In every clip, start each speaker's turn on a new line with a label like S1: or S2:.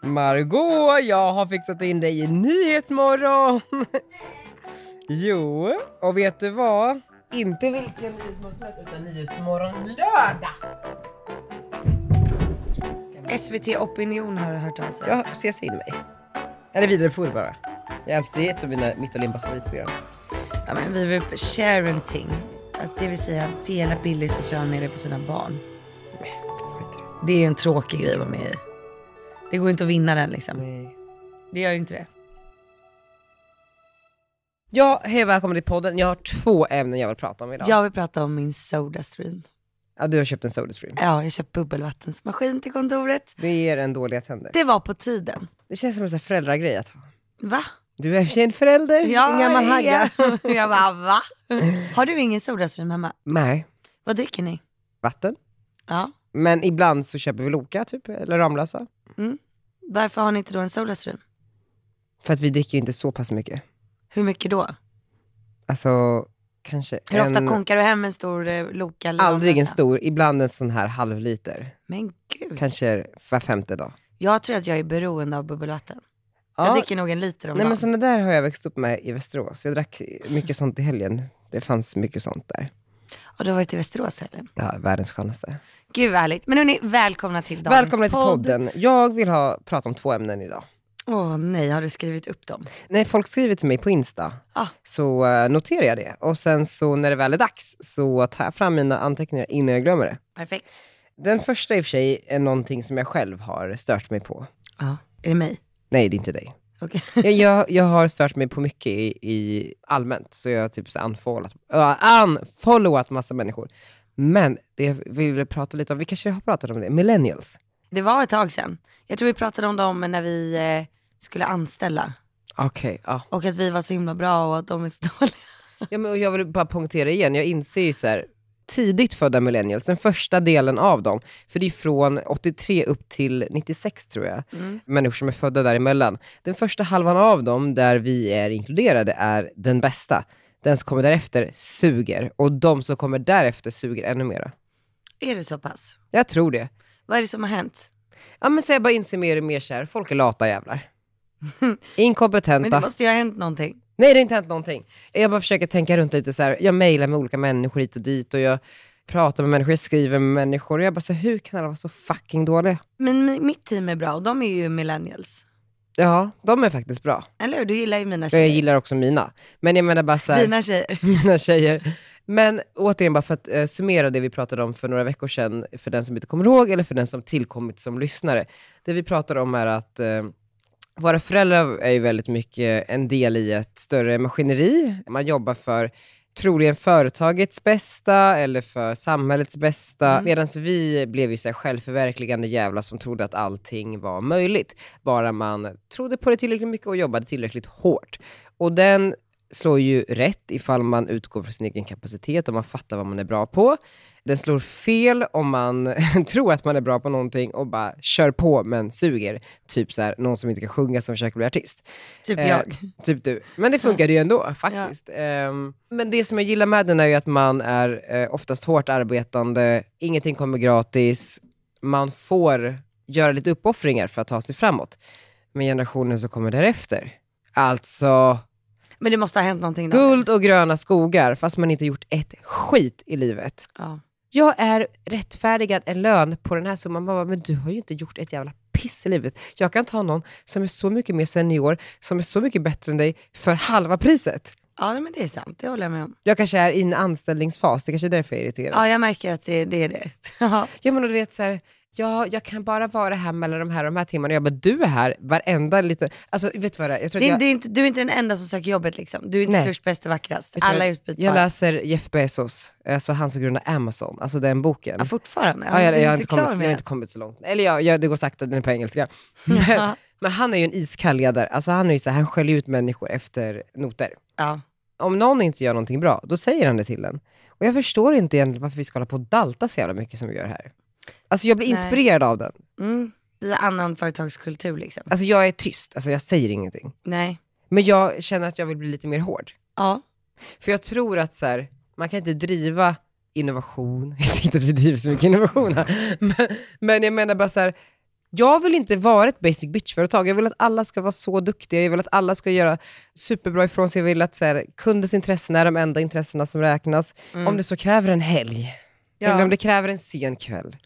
S1: Margot, jag har fixat in dig i Nyhetsmorgon! jo, och vet du vad? Inte vilken Nyhetsmorgon som helst, utan Nyhetsmorgon lördag!
S2: SVT Opinion har hört av sig.
S1: Jag ses in mig. Eller vidarebefor bara. Jag älskar det, är ett av mina, mitt och Limbas favoritprogram.
S2: Ja, men vi vill share and ting. Att det vill säga dela bilder i sociala medier på sina barn.
S1: Skit i det.
S2: Det är ju en tråkig grej att vara med i. Det går inte att vinna den liksom.
S1: Nej.
S2: Det gör ju inte det.
S1: Ja, hej välkommen till podden. Jag har två ämnen jag vill prata om idag.
S2: Jag vill prata om min Sodastream.
S1: Ja, du har köpt en Sodastream.
S2: Ja, jag köpte bubbelvattensmaskin till kontoret.
S1: Det ger en dåliga tänder.
S2: Det var på tiden.
S1: Det känns som en sån här föräldragrej att ha.
S2: Va?
S1: Du är i och för sig en förälder, en gammal hagga.
S2: ja. Jag bara, va? Har du ingen Sodastream hemma?
S1: Nej,
S2: Vad dricker ni?
S1: vatten.
S2: Ja.
S1: Men ibland så köper vi Loka typ, eller Ramlösa.
S2: Varför har ni inte då en Sodastream?
S1: För att vi dricker inte så pass mycket.
S2: Hur mycket då?
S1: Alltså, kanske
S2: Hur
S1: en...
S2: ofta konkar du hem en stor eh, Loka? eller
S1: Aldrig en
S2: Ramlösa? Mm.
S1: stor, ibland en sån här halvliter.
S2: Men gud.
S1: Kanske var femte dag.
S2: Jag tror att jag är beroende av bubbelvatten. Jag
S1: Ja,
S2: dricker nog en liter om
S1: nej men
S2: dagen.
S1: såna där har jag växt upp med i Västerås. Jag drack mycket sånt i helgen. Det fanns mycket sånt där.
S2: Och du har varit i Västerås helgen.
S1: Ja, världens skönaste.
S2: Gud vad härligt. Men hörni, välkomna till dagens
S1: Välkomna till
S2: podd.
S1: podden. Jag vill ha, prata om två ämnen idag.
S2: Åh nej, har du skrivit upp dem?
S1: När folk skriver till mig på Insta
S2: Ah.
S1: så eh, noterar jag det. Och sen så när det väl är dags så tar jag fram mina anteckningar innan jag glömmer det.
S2: Perfekt.
S1: Den första i och för sig är någonting som jag själv har stört mig på.
S2: Ja. Är det mig?
S1: Nej, det är inte dig.
S2: Okej.
S1: Jag, jag, jag har stört mig på mycket i, i allmänt, så jag har typ så här unfollowat, ja, unfollowat massa människor. Men det jag ville prata lite om, vi kanske har pratat om det, millennials.
S2: Det var ett tag sedan. Jag tror vi pratade om dem när vi eh, skulle anställa.
S1: Okej, ja.
S2: Och att vi var så himla bra och att de är så dåliga.
S1: Ja, men och jag vill bara punktera igen, jag inser ju så här, tidigt födda millennials, den första delen av dem, för det är från 83 upp till 96 tror jag, människor som är födda däremellan. Den första halvan av dem, där vi är inkluderade, är den bästa. Den som kommer därefter suger, och de som kommer därefter suger ännu mera.
S2: Är det så pass?
S1: Jag tror det.
S2: Vad är det som har hänt?
S1: Ja men så jag bara inser mer och mer så här, folk är lata jävlar.
S2: Men
S1: Inkompetenta.
S2: det måste ju ha hänt någonting.
S1: Nej, det har inte hänt någonting. Jag bara försöker tänka runt lite så här. Jag mejlar med olika människor hit och dit och jag pratar med människor, jag skriver med människor. Och jag bara så här, hur kan alla vara så fucking dåliga?
S2: Men mi- mitt team är bra och de är ju millennials.
S1: Ja, de är faktiskt bra.
S2: Eller hur? Du gillar ju mina
S1: Och jag
S2: tjejer.
S1: gillar också mina. Men jag menar bara så här,
S2: Alltså, Dina tjejer.
S1: mina tjejer. Men återigen, bara för att eh, summera det vi pratade om för några veckor sedan, för den som inte kommer ihåg eller för den som tillkommit som lyssnare. Det vi pratade om är att eh, våra föräldrar är ju väldigt mycket en del i ett större maskineri. Man jobbar för troligen företagets bästa eller för samhällets bästa.
S2: Mm.
S1: Medan vi blev ju så här självförverkligande jävlar som trodde att allting var möjligt. Bara man trodde på det tillräckligt mycket och jobbade tillräckligt hårt. Och den slår ju rätt ifall man utgår från sin egen kapacitet och man fattar vad man är bra på. Den slår fel om man tror att man är bra på någonting och bara kör på men suger. Typ så här, någon som inte kan sjunga som försöker bli artist.
S2: Typ
S1: Eh,
S2: jag.
S1: Typ du. Men det funkade ju ändå faktiskt. Ehm, men det som jag gillar med den är ju att man är eh, oftast hårt arbetande, ingenting kommer gratis, man får göra lite uppoffringar för att ta sig framåt. Men generationen som kommer därefter, alltså
S2: Men det måste ha hänt någonting. då.
S1: guld och gröna skogar fast man inte gjort ett skit i livet.
S2: Ja.
S1: Jag är rättfärdigad en lön på den här summan. Man bara, men du har ju inte gjort ett jävla piss i livet. Jag kan ta någon som är så mycket mer senior, som är så mycket bättre än dig, för halva priset.
S2: ja, men det är sant. Det håller jag med om.
S1: Jag kanske är i en anställningsfas, det kanske är därför jag är irriterad. Ja,
S2: Ja, jag märker att det, det är det. Ja.
S1: ja men och du vet så här, ja, jag kan bara vara här mellan de här och de här timmarna. Jag bara, du är här varenda liten... Alltså vet du vad det är? Jag tror att
S2: Det, är-
S1: jag,
S2: det är inte, du är inte den enda som söker jobbet liksom. Du är inte
S1: Nej.
S2: störst, bäst och vackrast.
S1: Vet du
S2: Alla
S1: vad?
S2: är utbytbara.
S1: jag läser Jeff Bezos, alltså han som grundade Amazon, alltså den boken.
S2: ja, fortfarande.
S1: Ja, jag,
S2: du är
S1: jag, har inte kommit,
S2: klar
S1: jag har
S2: med
S1: inte kommit så långt. Eller jag, jag, det går sakta, den är på engelska.
S2: det.
S1: Men,
S2: Ja.
S1: men han är ju en iskall ledare. Alltså han, är ju så här, han skäller ut människor efter noter.
S2: Ja.
S1: Om någon inte gör någonting bra, då säger han det till en. Och jag förstår inte egentligen varför vi ska hålla på och dalta så jävla mycket som vi gör här. Alltså jag blir
S2: Nej.
S1: inspirerad av den.
S2: Mm. I annan företagskultur liksom.
S1: Alltså jag är tyst, alltså jag säger ingenting.
S2: Nej.
S1: Men jag känner att jag vill bli lite mer hård.
S2: Ja.
S1: För jag tror att så här, man kan inte driva innovation, jag säger inte att vi driver så mycket innovation här, men, men jag menar bara så här, Jag vill inte vara ett basic bitch-företag. Jag vill att alla ska vara så duktiga. Jag vill att alla ska göra superbra ifrån sig. Jag vill att så här, kundens intressen är de enda intressena som räknas.
S2: Mm.
S1: Om det så kräver en helg. Eller om det kräver en sen kväll.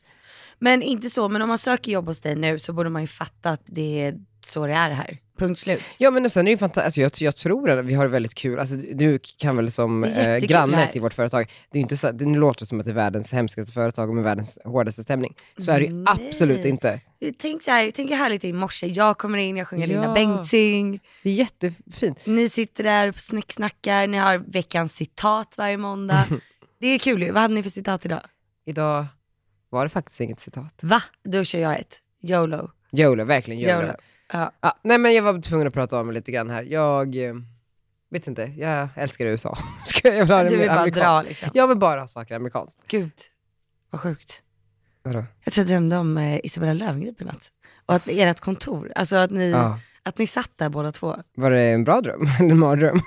S2: Men inte så, men om man söker jobb hos dig nu så borde man ju fatta att det är så det är här. Punkt slut.
S1: Ja men och sen är det ju fantastiskt, alltså, jag, jag tror att vi har det väldigt kul. Alltså, du kan väl som
S2: Det är
S1: eh,
S2: jättekul
S1: granne
S2: här.
S1: till vårt företag, det, är ju inte så, det nu låter det som att det är världens hemskaste företag och med världens hårdaste stämning. Så är det ju
S2: Mm. Nej.
S1: absolut inte.
S2: Tänk så här, tänk hur härligt det är i morse. Jag kommer in, jag sjunger Linda
S1: Ja.
S2: Bengtzing.
S1: Det är jättefint.
S2: Ni sitter där och snicksnackar, ni har veckans citat varje måndag. Det är kul ju. Vad hade ni för citat idag?
S1: Idag var det faktiskt inget citat.
S2: Va? Då kör jag ett. YOLO.
S1: YOLO, verkligen YOLO.
S2: YOLO. Ja.
S1: Ja, nej men jag var tvungen att prata om det lite grann här. Jag eh, vet inte, jag älskar USA. Ska jag vill ha det
S2: Du
S1: mer
S2: vill bara
S1: amerikanskt.
S2: dra liksom.
S1: Jag vill bara ha saker amerikanskt.
S2: Gud, vad sjukt.
S1: Vadå?
S2: Jag tror jag drömde om eh, Isabella Löwengrip i natt. Och att ert kontor, alltså att ni,
S1: Ja.
S2: att ni satt där båda två.
S1: Var det en bra dröm? Eller en mardröm?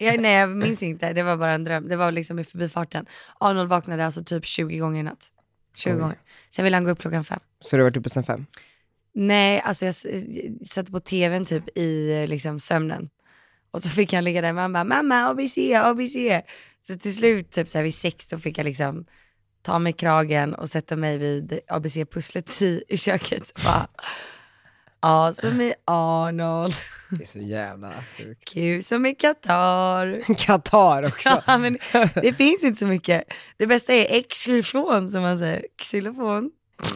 S2: Jag, nej, jag minns inte. Det var bara en dröm. Det var liksom i förbifarten. Arnold vaknade alltså typ 20 gånger i natt. 20
S1: Oj.
S2: gånger. Sen ville han gå upp klockan fem.
S1: Så du har varit uppe sen fem?
S2: Nej, alltså jag s- jag satte på tvn typ i eh, liksom sömnen. Och så fick han ligga där, man bara mamma ABC, ABC. Så till slut typ så här vid sex då fick jag liksom ta mig i kragen och sätta mig vid ABC-pusslet i, i köket. Och Bara, A som i Arnold,
S1: Det är så jävla sjukt.
S2: Q som i Qatar.
S1: Qatar också.
S2: Ja, men det finns inte så mycket. Det bästa är xylofon som man säger. Xylofon.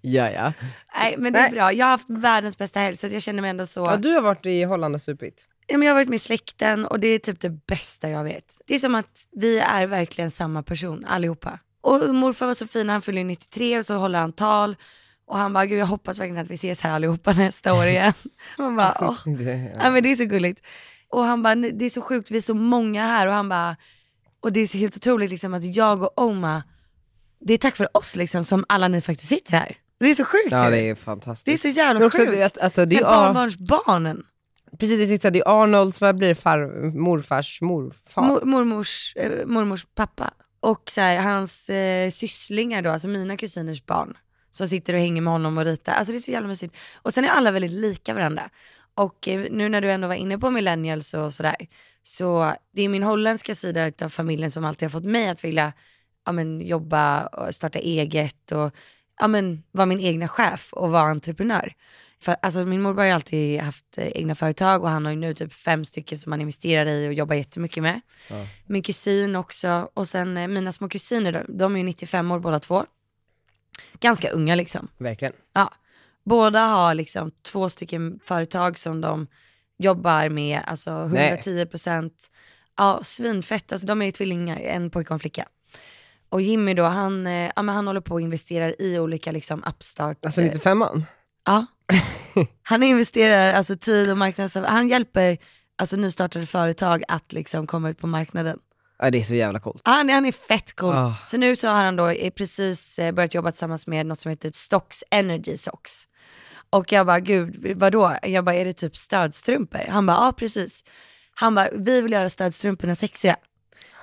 S1: ja, ja.
S2: Nej, men det är
S1: Nej.
S2: bra. Jag har haft världens bästa helg så att jag känner mig ändå så...
S1: ja. Du har varit i Holland och supit.
S2: Ja, men jag har varit med släkten och det är typ det bästa jag vet. Det är som att vi är verkligen samma person allihopa. Och morfar var så fin, han fyller 93 och så håller han tal. Och han bara, gud jag hoppas verkligen att vi ses här allihopa nästa år igen. Man bara, åh.
S1: Det-
S2: Ja, men det är så gulligt. Och han bara, det är så sjukt, vi är så många här. Och han bara, och det är så helt otroligt liksom att jag och Oma, det är tack vare oss liksom som alla ni faktiskt sitter här. Det är så sjukt
S1: Ja,
S2: ju.
S1: det är
S2: det är
S1: fantastiskt.
S2: så jävla
S1: Men också
S2: sjukt.
S1: att, alltså, det är
S2: Tänk
S1: ju Ar-
S2: barnbarnsbarnen.
S1: precis, det är så här, det är Arnolds, vad blir det, far, morfars morfar?
S2: Mor- mormors, eh, mormors pappa och så här, hans eh, sysslingar då, alltså mina kusiners barn som sitter och hänger med honom och ritar. Alltså det är så jävla mysigt. Och sen är alla väldigt lika varandra. Och eh, nu när du ändå var inne på millennials och sådär, så det är min holländska sida av familjen som alltid har fått mig att vilja ja, men, jobba och starta eget och ja, men, vara min egna chef och vara entreprenör. För, alltså, min morbror har ju alltid haft eh, egna företag och han har ju nu typ fem stycken som han investerar i och jobbar jättemycket med.
S1: Ja.
S2: Min kusin också och sen eh, mina små kusiner, de, de är ju 95 år båda två. Ganska unga liksom.
S1: Verkligen.
S2: Ja. Båda har liksom två stycken företag som de jobbar med, alltså 110 procent. Ja, svinfett, alltså de är ju tvillingar, en pojke och en flicka. Och Jimmy då, han, eh, ja, men han håller på och investerar i olika liksom upstart.
S1: Alltså
S2: eh,
S1: 95an?
S2: Ja. Han investerar alltså tid och marknads... Han hjälper alltså nystartade företag att liksom komma ut på marknaden.
S1: Ja, det är så jävla coolt.
S2: Han, Ah, han är fett cool.
S1: Ah.
S2: Så nu så har han då eh, precis eh, börjat jobba tillsammans med något som heter Stocks Energy Socks. Och jag bara, gud, vadå? Jag bara, är det typ stödstrumpor? Han bara, ja precis. Han bara, vi vill göra stödstrumporna sexiga.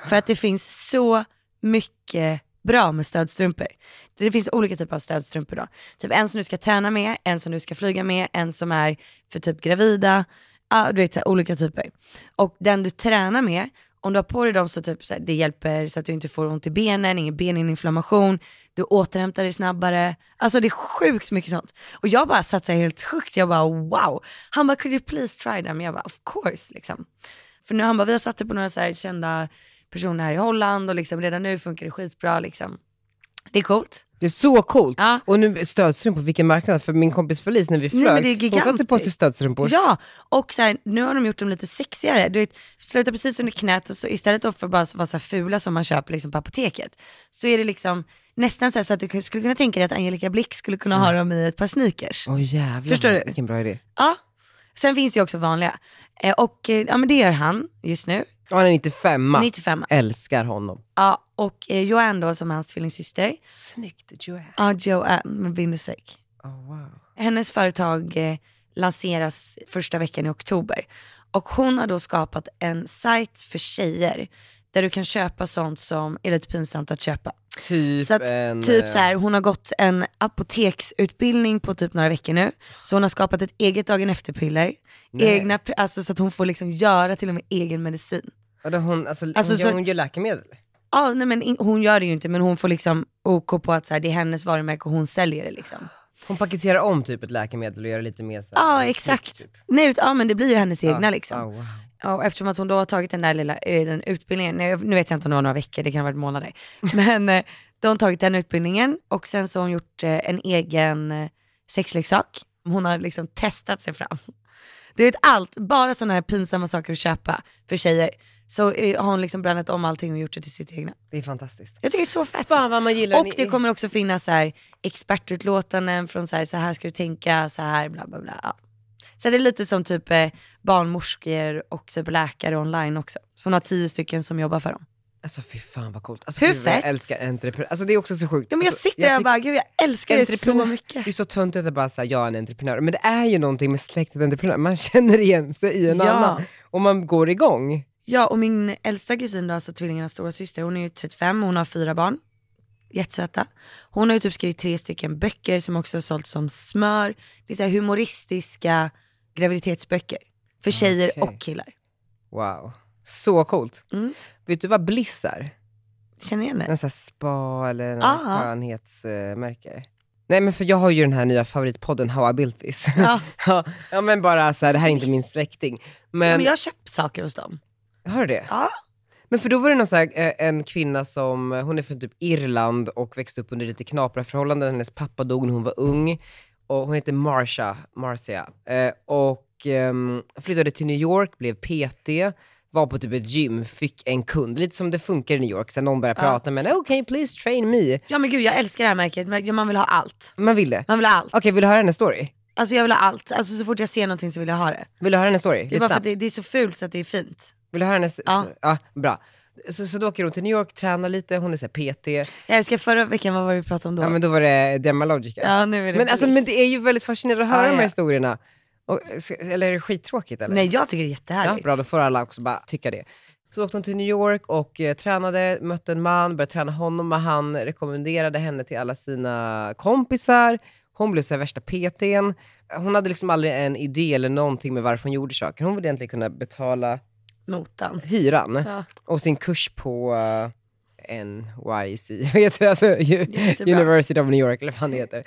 S2: För att det finns så mycket bra med stödstrumpor. Det finns olika typer av stödstrumpor då. Typ en som du ska träna med, en som du ska flyga med, en som är för typ gravida. Ja, du vet, så här, olika typer. Och den du tränar med, om du har på dig dem så typ så här, det hjälper så att du inte får ont i benen, ingen beninflammation, du återhämtar dig snabbare. Alltså det är sjukt mycket sånt. Och jag bara satt så här helt sjukt, jag bara wow. Han bara, could you please try them? Jag bara, of course liksom. För nu han bara, vi har satt det på några så här kända personer här i Holland och liksom redan nu funkar det skitbra liksom. Det är coolt.
S1: Det är så coolt!
S2: Ja.
S1: Och nu stödstrumpor, vilken marknad? För min kompis Felice när vi
S2: Nej,
S1: flög,
S2: men det är
S1: hon satte på sig
S2: gigantiskt.
S1: stödstrumpor.
S2: Ja, och så här, nu har de gjort dem lite sexigare. Du vet, slutar precis under knät och så istället då för bara att vara så här fula som man köper liksom på apoteket, så är det liksom nästan så, här, så att du skulle kunna tänka dig att Angelica Blick skulle kunna ha dem i ett par sneakers.
S1: Åh jävlar,
S2: Förstår du?
S1: vilken bra idé.
S2: Ja, sen finns det ju också vanliga. Eh, och eh, ja men det gör han just nu,
S1: Och han är 95
S2: 95.
S1: Älskar honom.
S2: Ja, och eh, Joanne då som är hans tvillingsyster,
S1: Snyggt Joanne.
S2: ja Joanne med bindestreck.
S1: Oh, wow.
S2: Hennes företag eh, lanseras första veckan i oktober. Och hon har då skapat en sajt för tjejer där du kan köpa sånt som är lite pinsamt att köpa.
S1: Typ
S2: Så att,
S1: en...
S2: Typ
S1: eh,
S2: så här, hon har gått en apoteksutbildning på typ några veckor nu. Så hon har skapat ett eget dagen efter-piller.
S1: nej.
S2: Egna, pr- alltså så att hon får liksom göra till och med egen medicin.
S1: Vadå, hon, alltså,
S2: Alltså,
S1: hon,
S2: så
S1: gör-
S2: att-
S1: hon gör läkemedel?
S2: Ja, nej men in, hon gör det ju inte men hon får liksom OK på att så här, det är hennes varumärke och hon säljer det liksom.
S1: Hon paketerar om typ ett läkemedel och gör det lite mer så här-
S2: Ja, exakt.
S1: Typ.
S2: Nej, ut, ja men det blir ju hennes egna
S1: Ja.
S2: liksom.
S1: Ja, wow.
S2: Ja, och eftersom att hon då har tagit den där lilla eh, den utbildningen, nu, nu vet jag inte om det var några veckor, det kan ha varit månader. Men eh, då har hon tagit den utbildningen och sen så har hon gjort eh, en egen eh, sexleksak. Hon har liksom testat sig fram. Du vet allt, bara sådana här pinsamma saker att köpa för tjejer. Så eh, har hon liksom brännat om allting och gjort det till sitt egna.
S1: Det är fantastiskt.
S2: Jag tycker det är så fett.
S1: Fan vad man gillar
S2: Och
S1: ni-
S2: det kommer också finnas så här expertutlåtanden från så här, så här ska du tänka, så här bla bla bla. Ja. Så det är lite som typ eh, barnmorskor och typ läkare online också. Så hon har tio stycken som jobbar för dem.
S1: Alltså fy fan vad coolt. Alltså,
S2: Hur
S1: gud, vad
S2: fett?
S1: Jag älskar entreprenör. Alltså det är också så sjukt.
S2: Ja, men jag
S1: alltså,
S2: sitter där och
S1: tyck-
S2: bara, gud jag älskar det så
S1: Entreprenör.
S2: mycket.
S1: Det är så töntigt att bara säga jag är en entreprenör. Men det är ju någonting med släktet entreprenör. Man känner igen sig i en
S2: Ja.
S1: annan. Och man går igång.
S2: Ja, och min äldsta kusin då, alltså tvillingarnas stora syster, hon är ju 35 och hon har fyra barn. Jättesöta. Hon har ju typ skrivit tre stycken böcker som också har sålts som smör. Det är så här humoristiska graviditetsböcker. För tjejer
S1: Ah, Okej.
S2: och killar.
S1: Wow. Så coolt.
S2: Mm.
S1: Vet du vad Bliss är?
S2: Känner igen det?
S1: En sån här spa eller någon
S2: Eh. Ah.
S1: skönhetsmärke. Nej men för jag har ju den här nya favoritpodden How I Built This.
S2: Ja.
S1: Ja, ja men bara så här, det här är inte min släkting.
S2: Ja,
S1: Men,
S2: Men jag har köpt saker hos dem.
S1: har du det?
S2: Ja.
S1: Men för då var det någon så här, eh, en kvinna som, eh, hon är från typ Irland och växte upp under lite knapra förhållanden. Hennes pappa dog när hon var ung. Och hon heter Marsha, Marcia. Eh, och ehm, flyttade till New York, blev PT, var på typ ett gym, fick en kund. Lite som det funkar i New York. Sen någon började
S2: Ja.
S1: prata med henne, okej please train me.
S2: Ja men gud jag älskar det här märket, Men man vill ha allt.
S1: Man vill det.
S2: Man vill ha allt.
S1: Okej, vill du höra hennes story?
S2: Alltså jag vill ha allt. Alltså så fort jag ser någonting så vill jag ha det.
S1: Vill du höra hennes story?
S2: Det är
S1: Lite
S2: bara för
S1: snabbt.
S2: att det, det är så fult så att det är fint.
S1: Vill du höra hennes?
S2: Ja.
S1: Ja. bra. Så, så då åker hon till New York, tränar lite, hon är så här PT.
S2: Jag älskar förra veckan, vad var det vi pratade om då?
S1: Ja, men då var det Demalogica.
S2: Ja, nu är det
S1: Men, alltså,
S2: polis.
S1: men det är ju väldigt fascinerande att höra
S2: Ja,
S1: de
S2: ja.
S1: här historierna. Och, eller är det skittråkigt eller?
S2: Nej jag tycker det är
S1: ja,
S2: jättehärligt.
S1: bra, då får alla också bara tycka det. Så åkte hon till New York och eh, tränade, mötte en man, började träna honom och han rekommenderade henne till alla sina kompisar. Hon blev så här värsta PTn. Hon hade liksom aldrig en idé eller någonting med varför hon gjorde saker. Hon ville egentligen kunna betala
S2: Notan.
S1: hyran
S2: Ja.
S1: och sin kurs på eh, NYC, vad heter det? Alltså, U-
S2: Jättebra.
S1: University of New York eller vad fan det heter.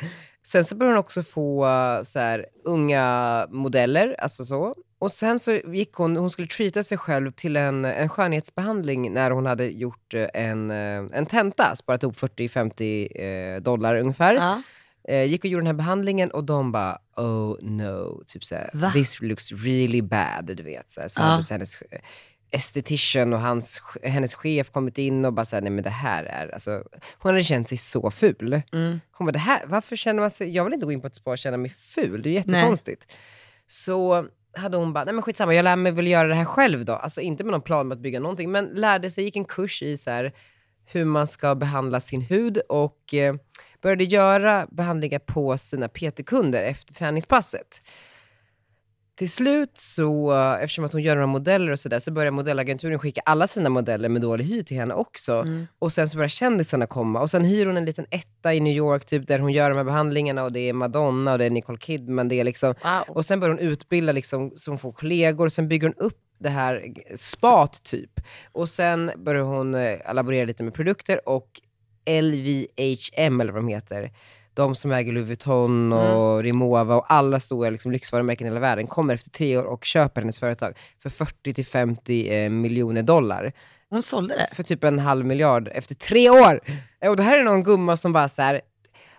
S1: Sen så började hon också få eh, så här, unga modeller, alltså så. Och sen så gick hon, hon skulle treata sig själv till en, en skönhetsbehandling när hon hade gjort eh, en, eh, en tenta, sparat ihop 40-50 eh, dollar ungefär.
S2: Ja.
S1: Eh, gick och gjorde den här behandlingen och de bara oh no, typ
S2: Va?
S1: såhär, this looks really bad, du vet. Såhär. Så
S2: Ja.
S1: hade så hennes estetician och hans, hennes chef kommit in och bara såhär, nej men det här är, alltså, hon hade känt sig så ful.
S2: Mm.
S1: Hon bara, det här, varför känner man sig, jag vill inte gå in på ett spa och känna mig ful, det är ju jättekonstigt. Så hade hon bara, nej men skitsamma, jag lär mig väl göra det här själv då. Alltså inte med någon plan med att bygga någonting, men lärde sig, gick en kurs i så här, hur man ska behandla sin hud och eh, började göra behandlingar på sina PT-kunder efter träningspasset. Till slut så, eh, eftersom att hon gör några modeller och sådär, så börjar modellagenturen skicka alla sina modeller med dålig hy till henne också.
S2: Mm.
S1: Och sen så börjar kändisarna komma. Och sen hyr hon en liten etta i New York, typ, där hon gör de här behandlingarna. Och det är Madonna och det är Nicole Kidman. Det är liksom...
S2: Wow.
S1: Och sen börjar hon utbilda, liksom, så hon får kollegor. Och sen bygger hon upp det här spat, typ. Och sen börjar hon eh, laborera lite med produkter. Och LVHM, eller vad de heter, de som äger Louis Vuitton och Rimowa och alla stora liksom, lyxvarumärken i hela världen, kommer efter tre år och köper hennes företag för 40-50 eh, miljoner dollar
S2: Hon sålde det.
S1: för typ en halv miljard efter tre år. Eh, Och det här är någon gumma som bara så här,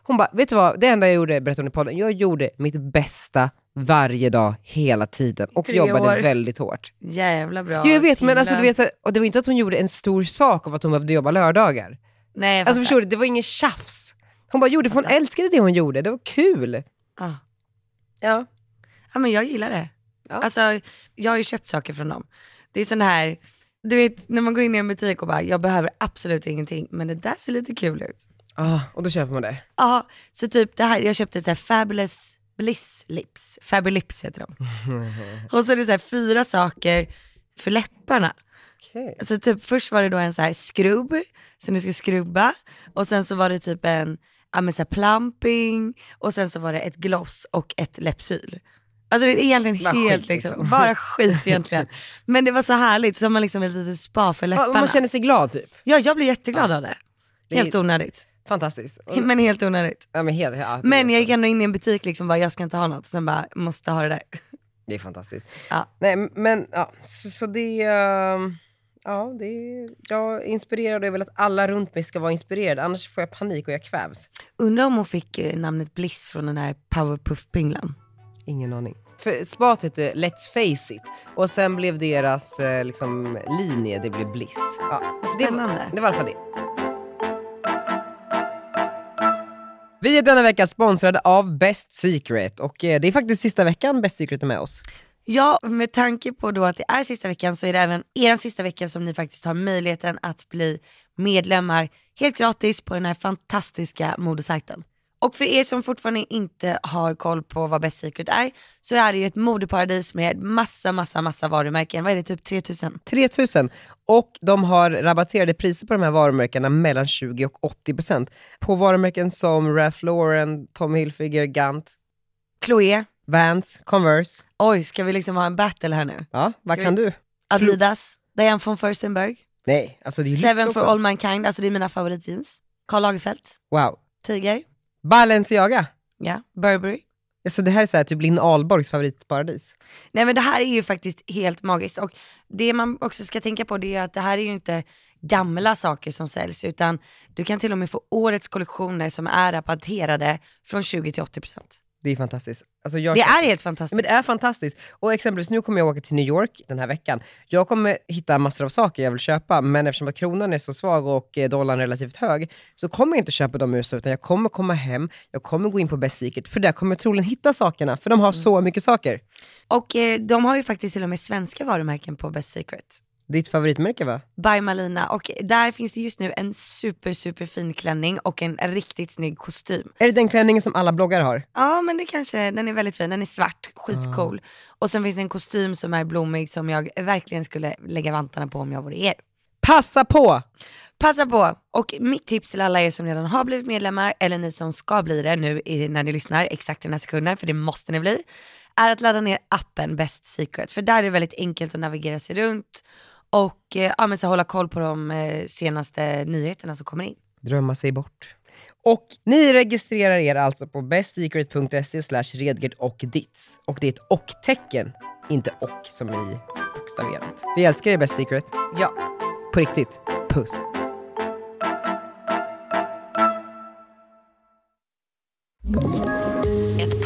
S1: hon bara, vet du vad, det enda jag gjorde, berättade hon i podden, jag gjorde mitt bästa varje dag, hela tiden. Och
S2: Tre
S1: jobbade
S2: år.
S1: väldigt hårt.
S2: Jävla bra.
S1: jo, jag vet, men
S2: timlön.
S1: alltså, du vet, så här, och det var inte att hon gjorde en stor sak av att hon behövde jobba lördagar.
S2: Nej, jag
S1: Alltså
S2: fattar.
S1: förstår du, det var ingen tjafs. Hon bara gjorde, för hon älskade det hon gjorde, det var kul.
S2: Ja.
S1: Ja.
S2: Ja men jag gillar det.
S1: Ja.
S2: Alltså jag har ju köpt saker från dem. Det är sån här, du vet när man går in i en butik och bara jag behöver absolut ingenting men det där ser lite kul ut.
S1: Ah, och då köper man det.
S2: Ja, så typ det här, jag köpte ett så här fabulous bliss lips,
S1: Mm.
S2: fabulips heter de. Och så är det så här fyra saker för läpparna.
S1: Okej.
S2: Så typ först var det då en så här skrubb, som du ska skrubba. Och sen så var det typ en ja, men så här plumping och sen så var det ett gloss och ett läppsyl. Alltså det är egentligen
S1: Bara
S2: helt
S1: skit,
S2: liksom.
S1: liksom.
S2: bara skit egentligen. Men det var så härligt, som man liksom ett litet spa för
S1: Ja,
S2: läpparna.
S1: Man känner sig glad typ.
S2: Ja, jag blev jätteglad av det.
S1: Det är-
S2: Helt onödigt.
S1: Fantastiskt. Och-
S2: Men helt onödigt.
S1: Ja, men, helt, ja, det
S2: Men
S1: är
S2: jag gick
S1: så.
S2: ändå in i en butik liksom bara, jag ska inte ha något. Och sen bara, måste ha det där.
S1: Det är fantastiskt.
S2: Ja.
S1: Nej, men ja, så, så det... ehm, Ja, det är, jag är inspirerad och jag vill att alla runt mig ska vara inspirerade, annars får jag panik och jag kvävs.
S2: Undrar om hon fick eh, namnet Bliss från den här powerpuff-pinglan.
S1: Ingen aning. För spat hette Let's Face It och sen blev deras eh, liksom, linje, det blev Bliss. Ja, det, var,
S2: Spännande.
S1: det var i alla fall det. Vi är denna vecka sponsrade av Best Secret och eh, det är faktiskt sista veckan Best Secret är med oss.
S2: Ja, med tanke på då att det är sista veckan så är det även er sista vecka som ni faktiskt har möjligheten att bli medlemmar helt gratis på den här fantastiska modesajten. Och för er som fortfarande inte har koll på vad Best Secret är så är det ju ett modeparadis med massa, massa, massa varumärken. Vad är det, typ 3000?
S1: 3000 och de har rabatterade priser på de här varumärkena mellan 20 och 80% på varumärken som Ralph Lauren, Tommy Hilfiger, Gant,
S2: Chloé,
S1: Vans, Converse.
S2: oj, ska vi liksom ha en battle här nu?
S1: Ja, vad
S2: Ska
S1: kan du?
S2: Adidas, Diane von Furstenberg,
S1: Nej, alltså det är ju lyx
S2: Seven for
S1: också.
S2: All Mankind, alltså det är mina favoritjeans. Karl Lagerfeld,
S1: Wow.
S2: Tiger,
S1: Balenciaga.
S2: ja, Burberry.
S1: Alltså det här är så här, typ Linn Ahlborgs favoritparadis.
S2: Nej men det här är ju faktiskt helt magiskt och det man också ska tänka på det är att det här är ju inte gamla saker som säljs utan du kan till och med få årets kollektioner som är rabatterade från 20 till 80%.
S1: Det är fantastiskt. Alltså jag
S2: Det
S1: köper-
S2: är helt
S1: Men
S2: fantastiskt.
S1: det är fantastiskt. Och exempelvis nu kommer jag åka till New York den här veckan. Jag kommer hitta massor av saker jag vill köpa, men eftersom att kronan är så svag och eh, dollarn relativt hög, så kommer jag inte köpa dem i USA, utan jag kommer komma hem, jag kommer gå in på Best Secret, för där kommer jag troligen hitta sakerna, för de har så mycket saker.
S2: Och eh, de har ju faktiskt till och med svenska varumärken på Best Secret.
S1: Ditt favoritmärke va?
S2: By Malina och där finns det just nu en super super fin klänning och en riktigt snygg kostym.
S1: Är det den klänningen som alla bloggare har?
S2: Ja men det kanske, den är väldigt fin, den är svart, skitcool. Och sen finns det en kostym som är blommig som jag verkligen skulle lägga vantarna på om jag vore er.
S1: Passa på!
S2: Passa på! Och mitt tips till alla er som redan har blivit medlemmar, eller ni som ska bli det nu i- när ni lyssnar, exakt den här sekunden, för det måste ni bli, är att ladda ner appen Best Secret. För där är det väldigt enkelt att navigera sig runt och eh, ja, men så hålla koll på de eh, senaste nyheterna som kommer in.
S1: drömma sig bort. Och ni registrerar er alltså på bestsecret.se slash redgert och dits. Och det är ett och-tecken, inte och som i bokstaverat. Vi älskar er Best Secret. Ja, på riktigt. Puss.
S3: Ett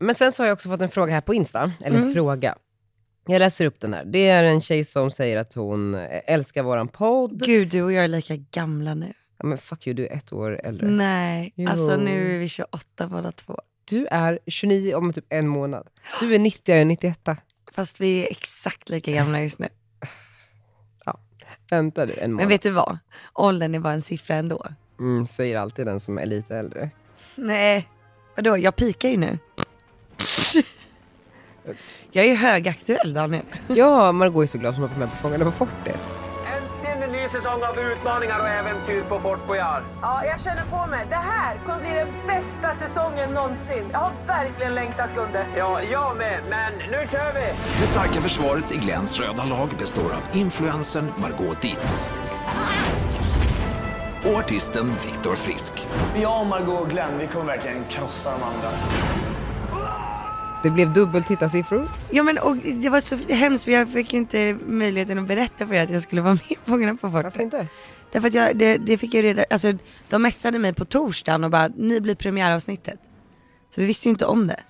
S1: Men sen så har jag också fått en fråga här på Insta, eller en fråga. Jag läser upp den här. Det är en tjej som säger att hon eh, älskar våran podd.
S2: Gud, du och jag är lika gamla nu.
S1: Ja, men fuck you, du är ett år äldre.
S2: Nej,
S1: Jo.
S2: alltså nu är vi 28 båda två.
S1: Du är 29 om typ en månad. Du är 90 jag är 91.
S2: Fast vi är exakt lika gamla just nu.
S1: Vänta du en månad.
S2: Men vet du vad? Åldern är bara en siffra ändå.
S1: Mm, säger alltid den som är lite äldre.
S2: Nej. Vadå, jag pikar ju nu. jag är högaktuell Daniel.
S1: Ja, Margot är så glad som har fått med på Fångarna på fortet.
S4: Äntligen en ny säsong av utmaningar och äventyr på Fort Boyard.
S5: Ja, jag känner på mig. Det här kommer bli den bästa säsongen någonsin. Jag har verkligen längtat, Gunde.
S4: Ja, jag med, men nu kör vi!
S6: Det starka försvaret i Glens röda lag består av influensen Margot Dietz och artisten Viktor Frisk.
S7: Jag, Margot och Glenn, vi kommer verkligen krossa de andra.
S1: Det blev dubbelt tittarsiffror.
S2: Ja men och det var så hemskt för jag fick ju inte möjligheten att berätta för er att jag skulle vara med i Fångarna på
S1: Varför
S2: fortet.
S1: inte?
S2: Därför att jag, det, det fick jag reda, alltså de messade mig
S1: Mm.
S2: på torsdagen och bara ni blir premiäravsnittet. Så vi visste ju inte om det.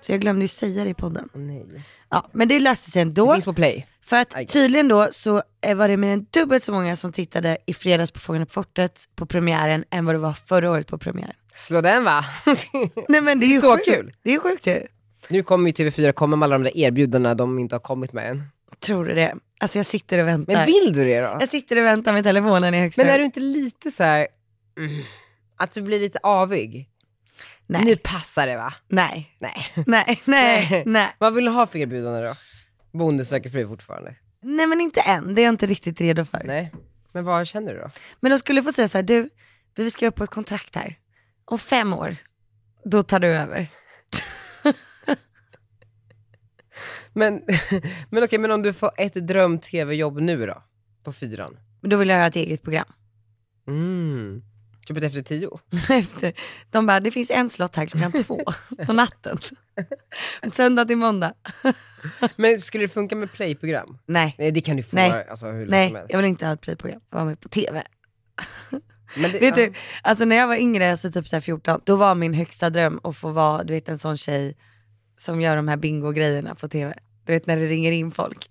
S2: Så jag glömde ju säga det i podden.
S1: Åh, nej.
S2: Ja, men det löste sig
S1: Det
S2: ändå.
S1: finns på play.
S2: För
S1: Aj.
S2: att tydligen då så eh, var det mer än dubbelt så många som tittade i fredags på Fångarna på fortet på premiären än vad det var förra året på premiären.
S1: Slå den va?
S2: Nej men det är ju
S1: Så
S2: sjukt.
S1: kul.
S2: Det är sjukt ju.
S1: nu kommer ju TV4 komma med alla de där erbjudandena de inte har kommit med än.
S2: Tror du det? Alltså jag sitter och väntar.
S1: Men vill du det då?
S2: Jag sitter och väntar med telefonen i högsta
S1: Men är du inte lite så här, mm, att du blir lite avig?
S2: Nej.
S1: Nu passar det va?
S2: Nej,
S1: Nej.
S2: nej, nej, nej.
S1: Vad vill du ha för erbjudande då? Bonde söker fru fortfarande?
S2: Nej men inte än, det är jag inte riktigt redo för.
S1: Nej. Men vad känner du då?
S2: Men de skulle få säga så här, du, vi vill skriva på ett kontrakt här. Om fem år, då tar du över.
S1: Men, men okej, men om du får ett dröm-tv-jobb nu då? På fyran?
S2: Men då vill jag göra ett eget program.
S1: Mm. Typ ett efter tio?
S2: Efter- De bara, det finns en slott här klockan två på natten. Söndag till måndag.
S1: Men skulle det funka med playprogram?
S2: Nej,
S1: Nej, det kan du få
S2: Nej.
S1: Alltså, hur lätt som
S2: nej,
S1: helst.
S2: jag vill inte ha ett playprogram. Jag var med på tv.
S1: Men det,
S2: Det är typ,
S1: ja.
S2: alltså när jag var yngre, alltså typ så här 14, då var min högsta dröm att få vara, du vet en sån tjej som gör de här bingo-grejerna på tv. Du vet när det ringer in folk.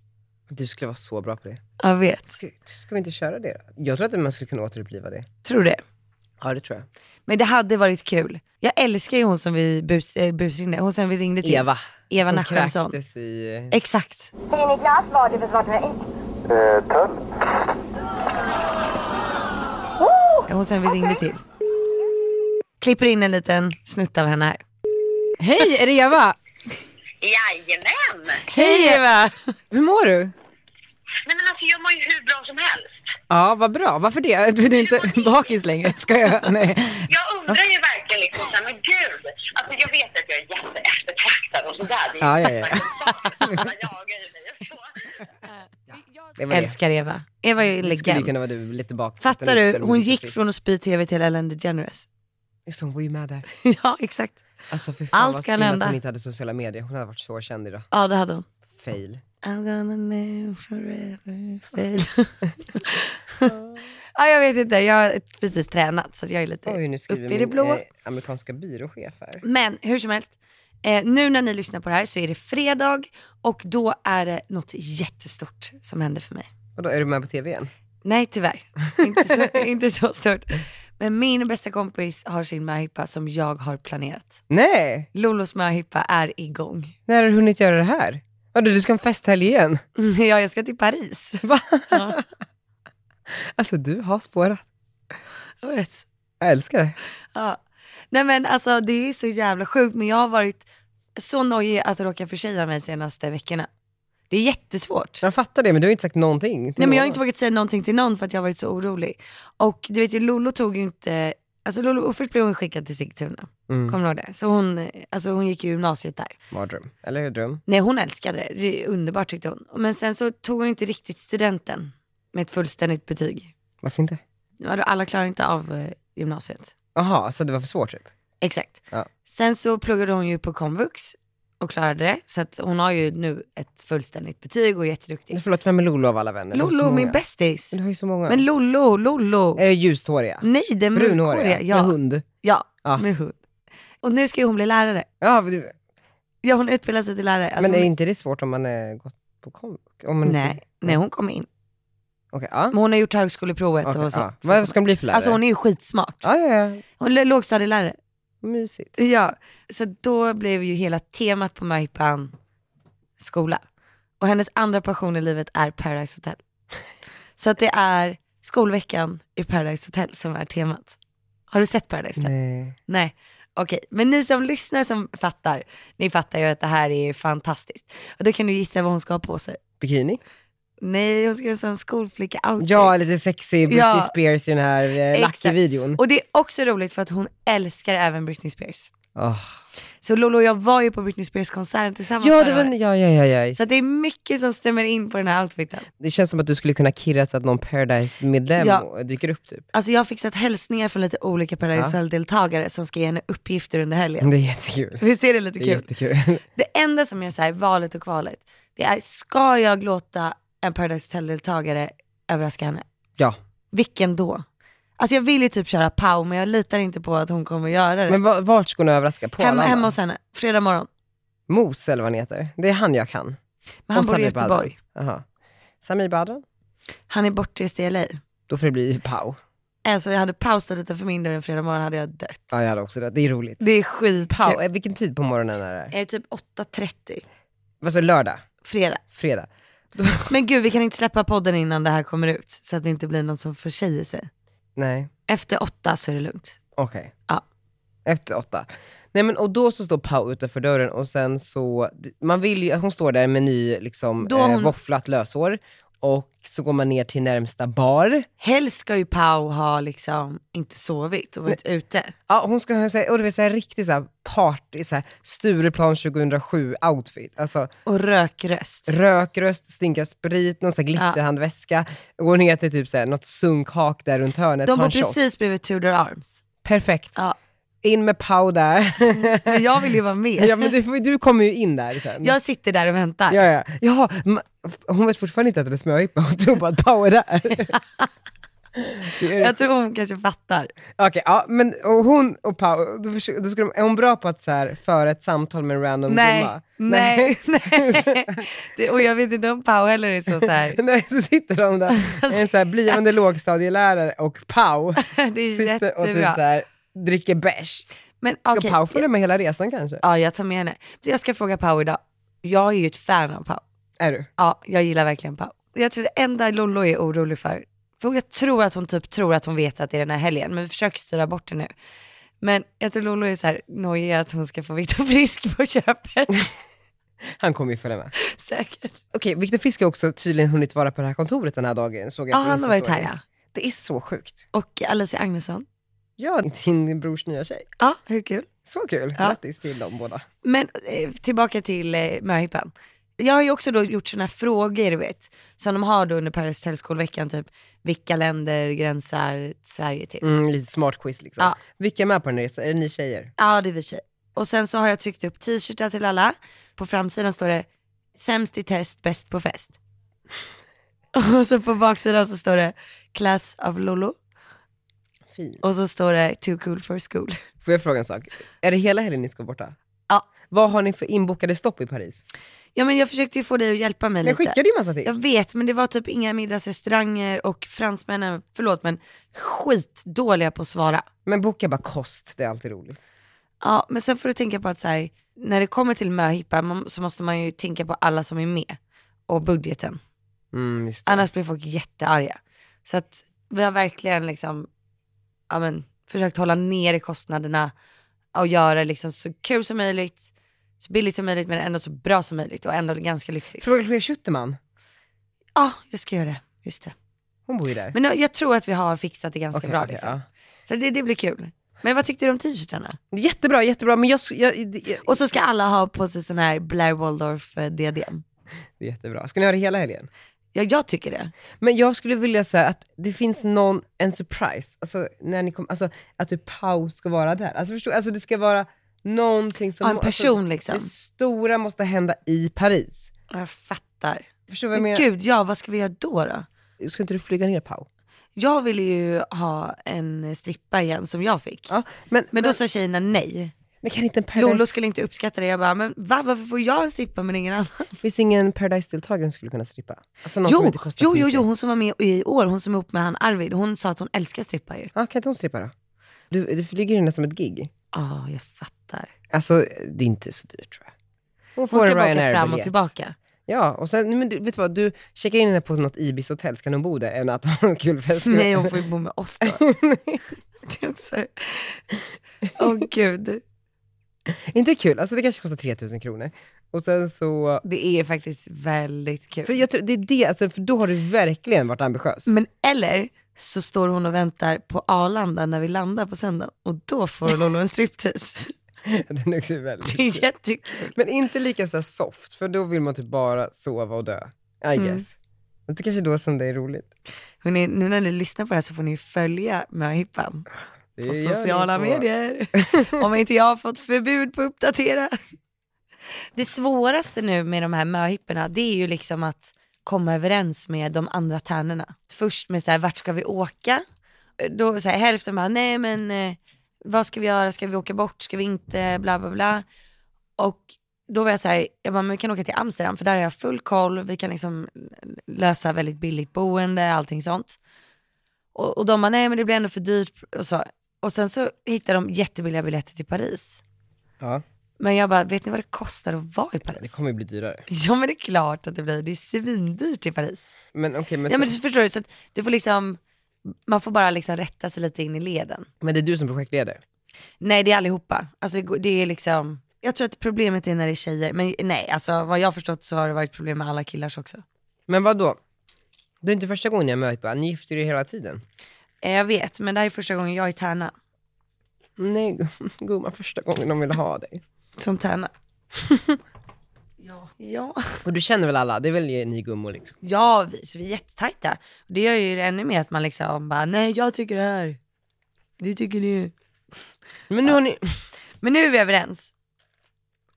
S1: Du skulle vara så bra på det.
S2: Jag vet,
S1: Ska, ska vi inte köra det då? Jag tror att man skulle kunna återuppliva det.
S2: tror det.
S1: Ja, det tror jag.
S2: Men det hade varit kul. Jag älskar ju hon som vi bus, eh, busringde, hon som vi ringde till.
S1: Eva.
S2: Eva
S1: som
S2: Nachemson.
S1: kräktes i...
S2: Exakt.
S5: Hej Niklas, vad har du för svart med ägg?
S2: Hon som vi ringde till. Klipper in en liten snutt av henne här.
S1: Hej, är det Eva?
S5: Jajamän!
S2: Hej Eva!
S1: Hur mår du?
S5: Nej men alltså jag mår ju hur bra som helst.
S1: Ja, vad bra. Varför det? Du är inte bakis längre. Ska jag? Nej.
S5: Jag undrar ju verkligen liksom såhär, men gud. Alltså jag vet att jag är jätteeftertraktad och sådär. Det är
S1: Ja, ja,
S5: ju
S1: ja.
S5: bara alla jagar i mig och så.
S1: Det var det.
S2: Älskar Eva. Eva är ju
S1: Det skulle ju
S2: legend.
S1: kunna vara du lite bakis.
S2: Fattar
S1: utan
S2: du?
S1: utspelning,
S2: Hon
S1: lite
S2: gick
S1: frisk.
S2: från att spy tv till Ellen DeGeneres.
S1: Just det, hon var ju med där.
S2: ja, exakt.
S1: Alltså för fan
S2: Allt
S1: vad
S2: kan
S1: synd att
S2: hända.
S1: hon inte hade sociala medier. Hon hade varit så känd idag.
S2: Ja, det hade hon.
S1: Fail.
S2: I'm gonna live forever, fail. ja, jag vet inte. Jag har precis tränat så att jag är lite
S1: Oj, nu
S2: uppe
S1: skriver
S2: i det blå.
S1: min eh, amerikanska byråchef här.
S2: Men hur som helst, eh, nu när ni lyssnar på det här så är det fredag och då är det något jättestort som händer för mig.
S1: Vadå, är du med på tv igen?
S2: Nej tyvärr, inte så, inte så stort. Men min bästa kompis har sin möhippa som jag har planerat.
S1: Nej!
S2: Lolos möhippa är igång.
S1: När har du hunnit göra det här? Vadå, du ska ha en festhelg igen?
S2: Ja, jag ska till Paris.
S1: Va?
S2: Ja.
S1: Alltså du har spårat.
S2: Jag vet.
S1: Jag älskar det.
S2: Ja. Nej men alltså det är så jävla sjukt men jag har varit så nojig att råka förtjäna mig senaste veckorna. Det är jättesvårt.
S1: Jag fattar det, men du har inte sagt någonting. till
S2: Nej men jag har
S1: någon.
S2: inte vågat säga någonting till någon för att jag har varit så orolig. Och du vet ju Lolo tog ju inte, alltså Lolo, och först blev hon skickad till Sigtuna,
S1: Mm.
S2: kommer du ihåg det? Så hon, eh, alltså hon gick ju gymnasiet där.
S1: Mardröm. Eller hur? Dröm.
S2: Nej hon älskade det, det är underbart tyckte hon. Men sen så tog hon inte riktigt studenten med ett fullständigt betyg.
S1: Varför inte?
S2: Vadå, Alla klarar inte av eh, gymnasiet.
S1: Jaha, så det var för svårt typ?
S2: Exakt.
S1: Ja.
S2: Sen så pluggade hon ju på komvux och klarade det. Så att hon har ju nu ett fullständigt betyg och är
S1: Nej,
S2: jätteduktig.
S1: Förlåt, vem är Lollo av alla vänner? Det var så
S2: Eh, Lollo, min
S1: många.
S2: bästis.
S1: Men Du har ju så många.
S2: Men Lollo, Lollo.
S1: är det ljushåriga?
S2: Nej, den
S1: Brunhåriga?
S2: mörkhåriga.
S1: Alltså, Med
S2: Ja,
S1: hund?
S2: ja,
S1: Ja.
S2: med hund. Och nu ska ju hon bli lärare.
S1: ja men du-
S2: Ja, hon utbildar sig till lärare. Alltså,
S1: men är
S2: hon...
S1: inte det svårt om man är gått på komvux? Om man
S2: Nej, nej, hon kom in.
S1: Okej, ja.
S2: Men hon har gjort högskoleprovet
S1: Okej,
S2: och så.
S1: ja. Vad ska de bli för lärare?
S2: Alltså hon är ju skitsmart.
S1: Ja, ja, ja.
S2: Hon är lågstadielärare.
S1: Mysigt.
S2: Ja, så då blev ju hela temat på Majpan skola. Och hennes andra passion i livet är Paradise Hotel. Så att det är skolveckan i Paradise Hotel som är temat. Har du sett Paradise Hotel? Nej.
S1: Nej.
S2: Okej, men ni som lyssnar som fattar, ni fattar ju att det här är fantastiskt. Och då kan du gissa vad hon ska ha på sig.
S1: Bikini?
S2: Nej, hon ska ha en sån skolflicka outfit.
S1: Ja, lite sexy Britney
S2: Ja.
S1: Spears i den här eh,
S2: Exakt.
S1: Lucky-videon.
S2: Och det är också roligt för att hon älskar även Britney Spears.
S1: Åh.
S2: Så Lolo och jag var ju på Britney Spears-konserten tillsammans
S1: Ja, det
S2: förra
S1: var...
S2: året.
S1: Ja, ja, ja, ja.
S2: Så att det är mycket som stämmer in på den här outfiten.
S1: Det känns som att du skulle kunna kirra så att någon Paradise-medlem
S2: Ja.
S1: dyker upp typ.
S2: Alltså jag har fixat hälsningar från lite olika
S1: Ja.
S2: Paradise deltagare som ska ge henne uppgifter under helgen.
S1: Det är jättekul.
S2: Visst är det lite
S1: Det är
S2: kul?
S1: jättekul.
S2: Det enda som är så här, valet och kvalet, det är ska jag låta en Paradise Hotel-deltagare överraska henne?
S1: Ja.
S2: Vilken då? Alltså jag vill ju typ köra Pau men jag litar inte på att hon kommer göra det.
S1: Men va- vart ska hon överraska? På
S2: hemma,
S1: Arlanda?
S2: hemma hos henne, fredag morgon.
S1: Mos eller vad han heter. Det är han jag kan.
S2: Men han
S1: Och
S2: bor i
S1: Samir Badran.
S2: Göteborg.
S1: Jaha. Samir Badran?
S2: Han är bortrest i LA.
S1: Då får det bli Pau.
S2: Alltså jag hade pausat lite för min dörr en fredag morgon hade jag dött.
S1: Ja, jag hade också det. Det är roligt.
S2: Det är skit.
S1: Pau, eh, vilken tid på morgonen är det?
S2: Är det typ 8.30?
S1: Alltså lördag,
S2: Fredag.
S1: fredag.
S2: Men gud vi kan inte släppa podden innan det här kommer ut. Så att det inte blir någon som försäger sig.
S1: Nej,
S2: Efter åtta så är det lugnt.
S1: okej.
S2: Ja.
S1: Efter åtta. Nej men och då så står Pau utanför dörren och sen så, man vill ju, hon står där med ny liksom
S2: Då
S1: eh,
S2: hon-
S1: våfflat löshår och så går man ner till närmsta bar.
S2: Helst ska ju Pau ha liksom inte sovit och varit ute.
S1: Ja, hon ska ha så här, och det är så här riktigt så här party, så här Stureplan 2007 outfit. Alltså
S2: Och rökröst.
S1: rökröst, stinka sprit, någon så här glitterhandväska, går ner till typ så här, något sunkhak där runt hörnet,
S2: De
S1: tar
S2: bor
S1: en shot.
S2: precis bredvid Tudor Arms.
S1: Perfekt.
S2: Ja. Mm.
S1: In med Pau där.
S2: Men jag vill ju vara med.
S1: ja, men du, du kommer ju in där sen.
S2: Jag sitter där och väntar.
S1: Ja, ja. Jaha, ma- hon vet fortfarande inte att det är smörhippa, hon tror bara att Pau är där. Det är-
S2: Jag tror hon kanske fattar.
S1: Okej, ja, men och hon och Pau, då, försö- då skulle de, är hon bra på att så här, föra ett samtal med en random
S2: Nej,
S1: gumma?
S2: nej, nej. Det, och jag vet inte om Pau heller är så, så här.
S1: Nej, så sitter de där, en så här blivande lågstadielärare och Pau
S2: Alltså- Det är
S1: sitter och typ
S2: jättebra.
S1: så här, dricker bärs.
S2: Men
S1: Ska
S2: okej,
S1: Pau följa med hela resan kanske?
S2: ja jag tar med henne. Så jag ska fråga Pau idag. Jag är ju ett fan av Pau.
S1: Är du?
S2: Ja, jag gillar verkligen Pau. Jag tror det enda Lollo är orolig för, för jag tror att hon typ tror att hon vet att det är den här helgen, men vi försöker styra bort det nu. Men jag tror Lollo är så här nojig att hon ska få Viktor Frisk på köpet.
S1: Han kommer ju följa med.
S2: Säkert.
S1: Okej, Viktor Frisk har också tydligen hunnit vara på det här kontoret den här dagen. Såg jag
S2: Ja,
S1: på
S2: han har varit här
S1: Insta-story.
S2: ja.
S1: Det är så sjukt.
S2: Och Alicia Agnesson.
S1: Ja, din brors nya tjej.
S2: Ja, hur kul.
S1: Så kul.
S2: Ja.
S1: Grattis till dem båda.
S2: Men eh, tillbaka till eh, möhippan. Jag har ju också då gjort sådana här frågor, du vet, som de har då under Paris Hotel-skolveckan, typ vilka länder gränsar Sverige till?
S1: Mm, lite smart quiz liksom.
S2: Ja.
S1: Vilka är med på den här resan? Är det ni tjejer?
S2: Ja, det är vi tjejer. Och sen så har jag tryckt upp t-shirtar till alla. På framsidan står det sämst i test, bäst på fest. Och så på baksidan så står det class of Lolo
S1: Fint.
S2: och så står det too cool for school.
S1: Får jag fråga en sak? Är det hela helgen ni ska vara borta?
S2: Ja.
S1: Vad har ni för inbokade stopp i Paris?
S2: Ja men jag försökte ju få dig att hjälpa mig
S1: Men jag
S2: lite.
S1: skickade ju massa tips.
S2: Jag vet, men det var typ inga middagsrestauranger och fransmännen, förlåt men skitdåliga på att svara.
S1: Men boka bara kost, det är alltid roligt.
S2: Ja, men sen får du tänka på att så här, när det kommer till möhippa man- så måste man ju tänka på alla som är med och budgeten.
S1: Mm, just det.
S2: Annars blir folk jättearga. Så att vi har verkligen liksom, ja men, försökt hålla ner kostnaderna och göra liksom så kul som möjligt, så billigt som möjligt men ändå så bra som möjligt och ändå ganska lyxigt.
S1: Fråga Claes Schuterman.
S2: Ja, jag ska göra det. Just det.
S1: Hon bor ju där.
S2: Men jag- jag tror att vi har fixat det ganska
S1: Okej,
S2: bra.
S1: okej,
S2: liksom. Så det, det blir kul. Men vad tyckte du om t-shirtarna?
S1: ja. Jättebra, jättebra. Men jag, jag, det- jag...
S2: Och så ska alla ha på sig sån här Blair eh, Waldorf-diadem.
S1: Det är jättebra. Ska ni ha det hela helgen?
S2: Ja, jag tycker det.
S1: Men jag skulle vilja säga att det finns någon, en surprise, alltså, när ni kom, alltså att du paus ska vara där. Alltså, förstår, alltså det ska vara någonting som...
S2: Ja, en person
S1: alltså,
S2: liksom.
S1: Det stora måste hända i Paris.
S2: Ja, Jag fattar.
S1: Förstår du vad jag
S2: Men
S1: menar?
S2: gud, ja, vad ska vi göra då då?
S1: Ska inte du flyga ner Pau?
S2: Jag ville ju ha en strippa igen som jag fick.
S1: Ja, men,
S2: Men då sa tjejerna nej.
S1: men kan inte en Paradise...
S2: Lollo skulle inte uppskatta det. Jag bara, men va, varför får jag en strippa men ingen annan?
S1: Finns ingen Paradise-deltagare som skulle kunna strippa? Alltså någon som
S2: Jo,
S1: inte kostar
S2: jo,
S1: för
S2: jo,
S1: mycket.
S2: jo, hon som var med i år, hon som är ihop med han Arvid, hon sa att hon älskar strippa ju.
S1: Ja, kan inte hon strippa då? Du, du flyger ju nästan som ett gig.
S2: Ja, jag fattar.
S1: Alltså, det är inte så dyrt tror jag.
S2: Hon
S1: får
S2: ska
S1: en
S2: bara åka
S1: Ryanair
S2: fram och
S1: biljett.
S2: tillbaka.
S1: Ja, och sen, nej, men du, vet du vad, du checkar in henne på något Ibis-hotell, ska hon bo där än att ha en kul fest?
S2: Nej, hon får ju bo med oss då. Det är också- Åh gud,
S1: Inte kul, alltså det kanske kostar 3000 kronor. Och sen så,
S2: det är faktiskt väldigt kul.
S1: för jag tror, det är det, alltså, för då har du verkligen varit ambitiös.
S2: Men eller så står hon och väntar på Arlanda när vi landar på söndagen och då får Lollo en striptease.
S1: Den är också väldigt
S2: Det
S1: kul.
S2: är jättekul.
S1: Men inte lika så här soft, för då vill man typ bara sova och dö. I
S2: Mm.
S1: guess. Men Det kanske är då som det är roligt.
S2: Hörrni, nu när ni lyssnar på det här så får ni följa möhippan
S1: Det
S2: på
S1: gör ni
S2: sociala
S1: på-
S2: medier. Om inte jag har fått förbud på att uppdatera. Det svåraste nu med de här möhipporna det är ju liksom att komma överens med de andra tärnorna. Först med så här, vart ska vi åka? Då så här, hälften bara, nej men eh, vad ska vi göra, ska vi åka bort, ska vi inte, bla bla bla. Och då var jag så här, jag bara, men vi kan åka till Amsterdam för där har jag full koll, vi kan liksom lösa väldigt billigt boende, allting sånt. Och, och de bara, nej men det blir ändå för dyrt och så. Och sen så hittade de jättebilliga biljetter till Paris.
S1: Ja,
S2: Men jag bara, vet ni vad det kostar att vara i Paris?
S1: det kommer ju bli dyrare.
S2: Ja men det är klart att det blir, det är svindyrt i Paris.
S1: Men okej, men,
S2: Men
S1: så-
S2: ja men du förstår du, så att du får liksom, man får bara liksom rätta sig lite in i leden.
S1: men det är du som projektleder?
S2: Nej det är allihopa, alltså det går- det är liksom, jag tror att problemet är när det är tjejer, men nej alltså vad jag har förstått så har det varit problem med alla killars också.
S1: Men vad då? Det är inte första gången jag möter på ni gifter er hela tiden.
S2: Eh, Jag vet, men det här är första gången jag är tärna,
S1: Nej gu- gumman, första gången de ville ha dig.
S2: som tärna. ja. Ja,
S1: Och du känner väl alla? Det är väl ni gummor liksom?
S2: ja vi, så vi är jättetajta. Det gör ju det ännu mer att man liksom bara, nej jag tycker det här, det tycker ni.
S1: Men nu har ni,
S2: Men nu är vi överens.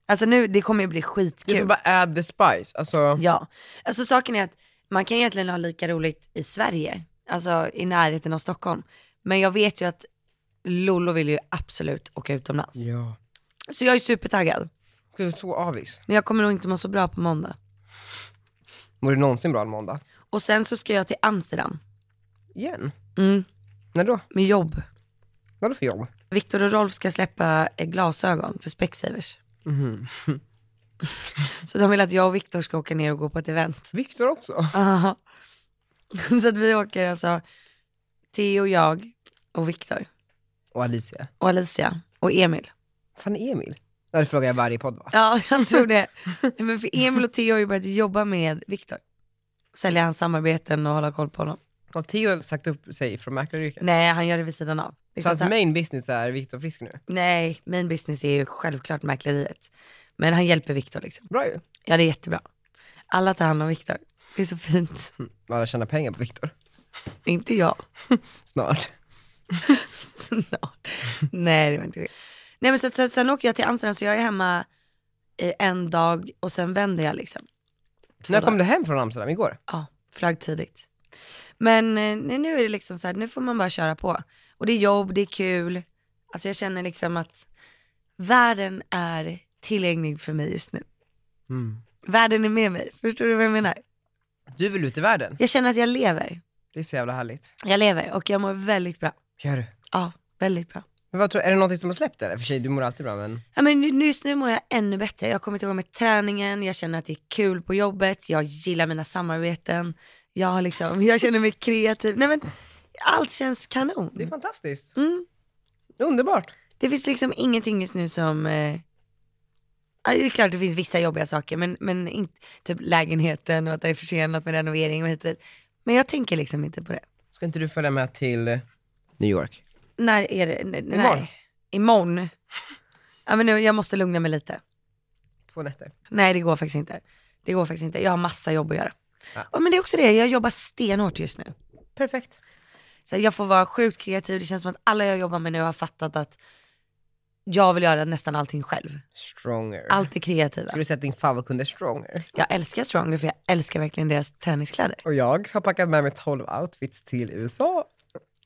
S2: Alltså nu, det kommer ju bli
S1: du får
S2: skitkul.
S1: bara add the spice. Alltså,
S2: Ja, alltså saken är att man kan egentligen ha lika roligt i Sverige, alltså i närheten av Stockholm. Men jag vet ju att Lollo vill ju absolut åka utomlands.
S1: ja.
S2: Så jag är supertaggad.
S1: Gud, så avis.
S2: Men jag kommer nog inte må så bra på måndag.
S1: Mår du någonsin bra en måndag?
S2: Och sen så ska jag till Amsterdam.
S1: Igen?
S2: Mm,
S1: När då?
S2: med jobb.
S1: Vadå för jobb?
S2: Viktor och Rolf ska släppa eh, glasögon för Specsavers. Mm-hmm. så de vill att jag och Viktor ska åka ner och gå på ett event.
S1: Viktor också?
S2: Ja. så att vi åker alltså, Theo, jag och Viktor
S1: Och Alicia.
S2: och Alicia och Emil.
S1: Fan Emil? Ja, det frågar jag varje podd va?
S2: Ja, jag tror det. Nej, Men för Emil och Theo har ju börjat jobba med Viktor. Sälja hans samarbeten och hålla koll på honom.
S1: Har Theo sagt upp sig från mäklaryrket?
S2: Nej, han gör det vid sidan av.
S1: Så
S2: Liksom
S1: hans
S2: så här-
S1: main business är Viktor Frisk nu?
S2: Nej, min business är ju självklart mäkleriet. Men han hjälper Viktor liksom.
S1: Bra ju.
S2: Ja, det är jättebra. Alla tar hand om Viktor. Det är så fint.
S1: Alla tjänar pengar på Viktor.
S2: Inte jag.
S1: Snart.
S2: Nej, det var inte det. Nej, men så, så, sen åker jag till Amsterdam, så jag är hemma i en dag och sen vänder jag liksom. Två
S1: När kom
S2: dagar.
S1: du hem från Amsterdam? Igår?
S2: Ja, flög tidigt. Men eh, nej, nu är det liksom så här, nu får man bara köra på. Och det är jobb, det är kul. Alltså jag känner liksom att världen är tillgänglig för mig just nu. Världen är med mig, förstår du vad jag menar?
S1: Du vill ut i världen?
S2: Jag känner att jag lever.
S1: Det är så jävla härligt.
S2: Jag lever och jag mår väldigt bra.
S1: Gör du?
S2: Ja, väldigt bra.
S1: Men vad tror, är det någonting som har släppt eller? För sig, du mår alltid bra men...
S2: Ja, men nu- just nu mår jag ännu bättre. Jag har kommit igång med träningen, jag känner att det är kul på jobbet, jag gillar mina samarbeten, jag, har liksom, jag känner mig kreativ. Nej, men allt känns kanon.
S1: Det är fantastiskt.
S2: Mm.
S1: Underbart.
S2: Det finns liksom ingenting just nu som... Eh, ja, det är klart det finns vissa jobbiga saker, men, men inte, typ lägenheten och att det är försenat med renovering och hit och dit. Men jag tänker liksom inte på det.
S1: Ska inte du följa med till eh, New York?
S2: När är det? N-
S1: Imorgon.
S2: Nej. Imorgon. Ja, men nu, jag måste lugna mig lite.
S1: Två nätter.
S2: Nej, det går faktiskt inte. Det går faktiskt inte. Jag har massa jobb att göra.
S1: Ja.
S2: Ja, men det är också det, jag jobbar stenhårt just nu.
S1: Perfekt.
S2: Så jag får vara sjukt kreativ. Det känns som att alla jag jobbar med nu har fattat att jag vill göra nästan allting själv.
S1: Stronger.
S2: Allt är kreativa.
S1: Ska du säga att din favvokund är stronger?
S2: Jag älskar Stronger för jag älskar verkligen deras träningskläder.
S1: Och jag har packat med mig 12 outfits till USA.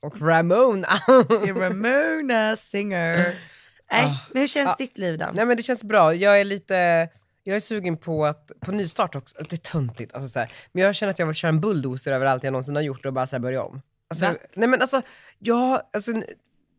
S1: Och Ramona.
S2: Ramona Singer. Nej, men hur känns ditt liv då?
S1: Ah. Nej men det känns bra. Jag är lite, jag är sugen på att, på nystart också. Det är töntigt. Alltså, så här. Men jag känner att jag vill köra en bulldozer över allt jag någonsin har gjort och bara så här, börja om. Alltså,
S2: Va?
S1: nej men alltså, jag, alltså,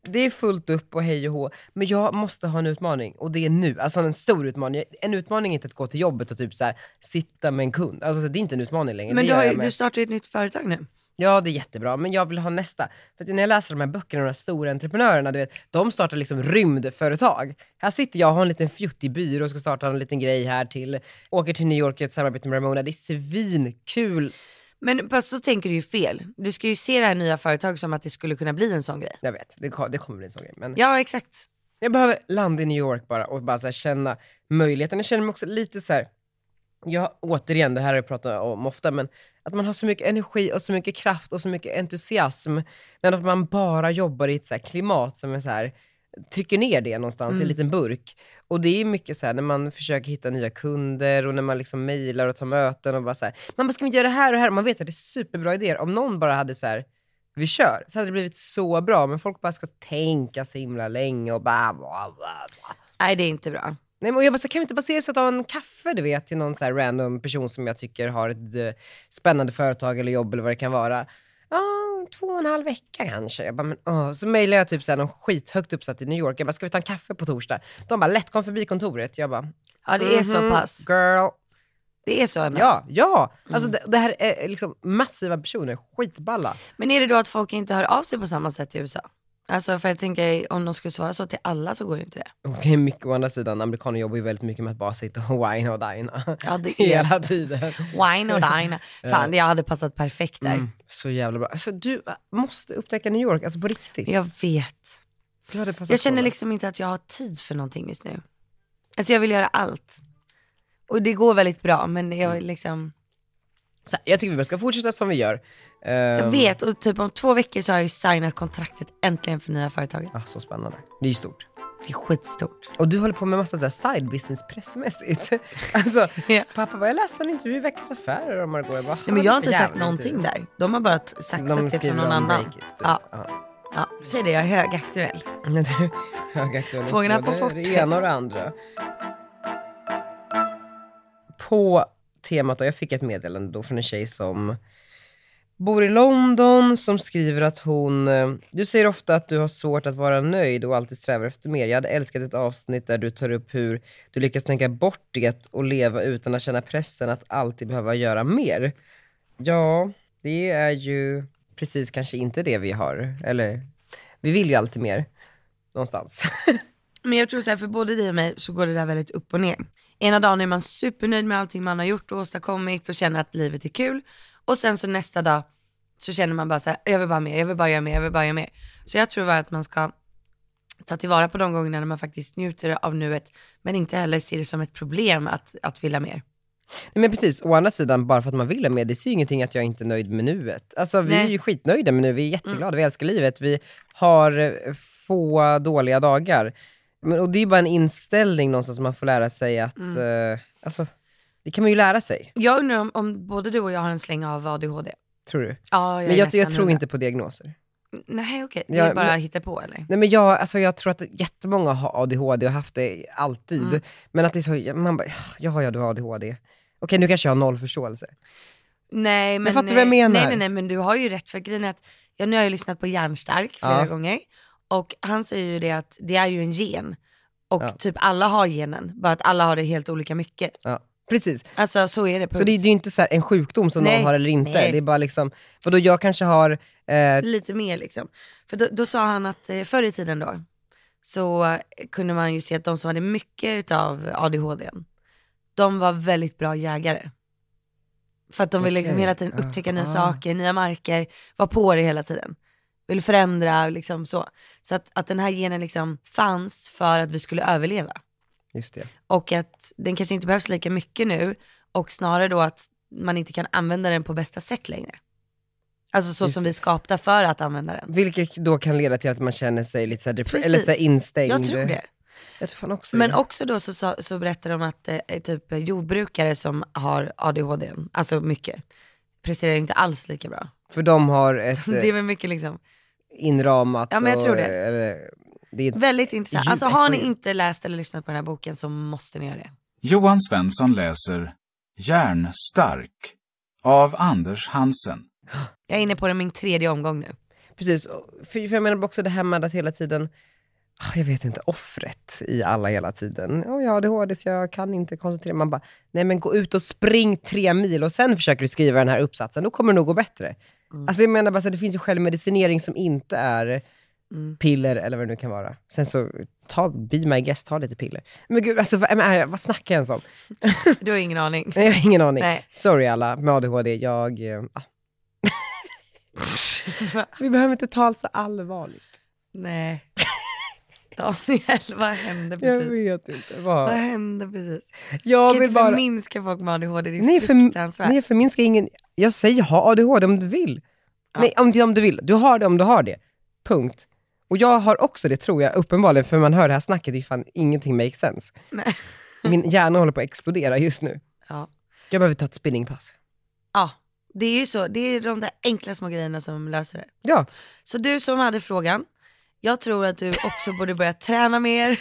S1: det är fullt upp och hej och hå, men jag måste ha en utmaning och det är nu. Alltså en stor utmaning. En utmaning är inte att gå till jobbet och typ så här, sitta med en kund. Alltså, så här, det är inte en utmaning längre.
S2: Men
S1: det
S2: du,
S1: gör
S2: har, ju-
S1: jag med-
S2: du startar ju ett nytt företag nu.
S1: Ja, det är jättebra, men jag vill ha nästa. För att när jag läser de här böckerna, de här stora entreprenörerna, du vet, de startar liksom rymdföretag. Här sitter jag och har en liten fjuttig byrå och ska starta en liten grej här till, åker till New York i ett samarbete med Ramona. Det är svinkul.
S2: Men fast då tänker du ju fel. Du ska ju se det här nya företaget som att det skulle kunna bli en sån grej.
S1: Jag vet, det, ko- det kommer bli en sån grej. Men
S2: Ja, exakt.
S1: jag behöver landa i New York bara och bara så här känna möjligheten. Jag känner mig också lite så här, jag, återigen, det här har jag pratat om ofta, men att man har så mycket energi och så mycket kraft och så mycket entusiasm, men att man bara jobbar i ett så här klimat som är så här, trycker ner det någonstans i en liten burk. Och det är mycket så här när man försöker hitta nya kunder och när man liksom mejlar och tar möten och bara så här, man bara, ska vi inte göra det här och det här? Och man vet att det är superbra idéer. Om någon bara hade så här, vi kör, så hade det blivit så bra. Men folk bara ska tänka så himla länge och bara, bla, bla, bla.
S2: Nej, det är inte bra.
S1: Nej, men och jag bara, så, kan vi inte bara ses och ta en kaffe du vet, till någon så här random person som jag tycker har ett eh, spännande företag eller jobb eller vad det kan vara. Ja, två och en halv vecka kanske. Jag bara, men, åh. Så mejlade jag typ så här, någon skithögt uppsatt i New York. Jag bara, ska vi ta en kaffe på torsdag? De bara, lätt kom förbi kontoret. Jag bara,
S2: Ja, det är så
S1: mhm,
S2: pass.
S1: Girl.
S2: Det är så Anna.
S1: Ja, ja. Alltså det, det här är liksom massiva personer, skitballa.
S2: Men är det då att folk inte hör av sig på samma sätt i USA? Alltså för jag tänker om de skulle svara så till alla så går ju inte det.
S1: Okej, mycket å andra sidan, amerikaner jobbar ju väldigt mycket med att bara sitta och whina och dina.
S2: Ja, det är
S1: Hela
S2: så.
S1: tiden.
S2: Wine och dine. Fan, jag hade passat perfekt där.
S1: Mm, så jävla bra. Alltså, du måste upptäcka New York, alltså på riktigt.
S2: Jag vet.
S1: Du hade passat
S2: Jag känner
S1: på.
S2: liksom inte att jag har tid för någonting just nu. Alltså jag vill göra allt. Och det går väldigt bra, men
S1: Mm.
S2: jag är liksom...
S1: Så här, jag tycker vi bara ska fortsätta som vi gör. Ehm,
S2: Jag vet, och typ om två veckor så har jag ju signat kontraktet äntligen för nya företaget.
S1: Ah, så spännande. Det är ju stort.
S2: Det är skitstort.
S1: Och du håller på med massa så här side business pressmässigt. alltså,
S2: Ja.
S1: pappa bara, jag läste en intervju i Veckans Affärer om Margot. Jag bara,
S2: Nej, men jag har inte
S1: "För
S2: sagt
S1: jävligt,
S2: någonting
S1: du."
S2: där. De har bara t-
S1: De
S2: sagt sagt det från
S1: skriver
S2: någon
S1: om
S2: annan.
S1: Breakits, typ.
S2: Ja,
S1: Ja.
S2: ja. Säg det, jag är högaktuell.
S1: Men du, högaktuell.
S2: Fångarna
S1: både
S2: på fortet.
S1: Det ena och det andra. På temat, och jag fick ett meddelande då från en tjej som bor i London, som skriver att hon... eh, Du säger ofta att du har svårt att vara nöjd och alltid strävar efter mer. Jag hade älskat ett avsnitt där du tar upp hur du lyckas tänka bort det och leva utan att känna pressen att alltid behöva göra mer. Ja, det är ju precis kanske inte det vi har. Eller, vi vill ju alltid mer någonstans.
S2: Men jag tror så här, för både dig och mig så går det där väldigt upp och ner. Ena dagen är man supernöjd med allting man har gjort och åstadkommit och känner att livet är kul. Och sen så nästa dag så känner man bara så här, jag vill bara ha mer, jag vill bara göra mer, jag vill bara göra mer. Så jag tror bara att man ska ta tillvara på de gångerna när man faktiskt njuter av nuet, men inte heller se det som ett problem att, att vilja mer.
S1: Nej, men precis, å andra sidan, bara för att man vill ha med, det säger ju ingenting att jag inte är nöjd med nuet. Alltså vi är
S2: Nej. Mm.
S1: ju skitnöjda med nu, vi är jätteglada, vi älskar livet, vi har eh, få dåliga dagar. Men, och det är ju bara en inställning någonstans man får lära sig att,
S2: Mm.
S1: eh, alltså, det kan man ju lära sig,
S2: Jag undrar om, om både du och jag har en släng av ADHD.
S1: tror du.
S2: Ja, är
S1: Men jag,
S2: nästan
S1: jag tror
S2: hundra.
S1: inte på diagnoser.
S2: Nej okej, det
S1: Ja,
S2: är bara
S1: men-
S2: hitta på eller?
S1: Nej, men jag, alltså, jag tror att jättemånga har ADHD och haft det alltid.
S2: Mm.
S1: Men att det är så, man bara, ja, ja, du har ADHD. Okej, nu kanske jag har noll förståelse.
S2: Nej men,
S1: fattar du vad jag
S2: eh,
S1: menar?
S2: Nej, nej nej men du har ju rätt för grejen är att, ja, nu har jag lyssnat på Järnstark flera
S1: Ja.
S2: gånger och han säger ju det att det är ju en gen och
S1: Ja.
S2: typ alla har genen, bara att alla har det helt olika mycket.
S1: Ja, precis.
S2: Alltså så är det.
S1: Så
S2: punkt.
S1: det, är- det är ju inte så här en sjukdom som
S2: Nej,
S1: någon har eller inte.
S2: nej.
S1: Det är bara liksom, vadå jag kanske har, eh,
S2: Lite mer liksom. För då, då sa han att eh, förr i tiden då så eh, kunde man ju se att de som hade mycket utav ADHD, de var väldigt bra jägare. För att de ville liksom
S1: Okej,
S2: hela tiden upptäcka nya
S1: aha.
S2: saker, nya marker, vara på det hela tiden. Vill förändra liksom så. Så att, att den här genen liksom fanns för att vi skulle överleva.
S1: just det.
S2: Och att den kanske inte behövs lika mycket nu och snarare då att man inte kan använda den på bästa sätt längre. Alltså så
S1: Just
S2: som vi är skapta för att använda den.
S1: Vilket då kan leda till att man känner sig lite så här depre-
S2: Precis.
S1: eller så här instängd.
S2: Jag tror det.
S1: Jag tror fan också
S2: Men
S1: det.
S2: också då så, så, så berättar de att eh, typ jordbrukare som har ADHD, alltså mycket, presterar inte alls lika bra.
S1: För de har ett
S2: Det är
S1: eh,
S2: väl mycket liksom,
S1: inramat
S2: Ja, men jag tror
S1: och,
S2: det.
S1: eh, eller, det är ett,
S2: väldigt intressant.
S1: Djup
S2: Alltså har ni
S1: ekonomi.
S2: inte läst eller lyssnat på den här boken så måste ni göra det.
S8: Johan Svensson läser Järnstark av Anders Hansen.
S2: Jag är inne på den min tredje omgång nu.
S1: precis. Och- För, för jag menar också det här med att hela tiden, ah, jag vet inte, offret i alla hela tiden. Oh, jag har ADHD så jag kan inte koncentrera mig. Man bara, nej men gå ut och spring tre mil och sen försöker du skriva den här uppsatsen, då kommer det nog gå bättre. Alltså jag menar bara, så här, det finns ju självmedicinering som inte är piller eller vad det nu kan vara. Sen så, ta, be my guest, ta lite piller. Men gud, alltså, vad, men, vad snackar jag ens om?
S2: Du har ingen aning.
S1: Nej, jag har ingen aning.
S2: Nej.
S1: Sorry alla med ADHD, jag... eh, ah. Vi behöver inte tala så allvarligt.
S2: Nej. Daniel, vad hände
S1: Jag
S2: precis?
S1: vet inte.
S2: Vad
S1: Vad...
S2: hände precis?
S1: Jag
S2: kan
S1: vill
S2: inte
S1: bara...
S2: förminska folk med ADHD, det är
S1: Nej, för,
S2: fruktansvärt.
S1: nej, förminska ingen. Jag säger ha ADHD om du vill. Nej, om, det- om du vill. Du har det om du har det. Punkt. Och jag har också det tror jag, uppenbarligen, för man hör det här snacket, det är fan ingenting makes sense.
S2: Nej.
S1: Min hjärna håller på att explodera just nu.
S2: Ja.
S1: Jag behöver ta ett spinningpass.
S2: Ja, det är ju så. Det är de där enkla små grejerna som löser det.
S1: Ja,
S2: Så du som hade frågan, jag tror att du också borde börja träna mer.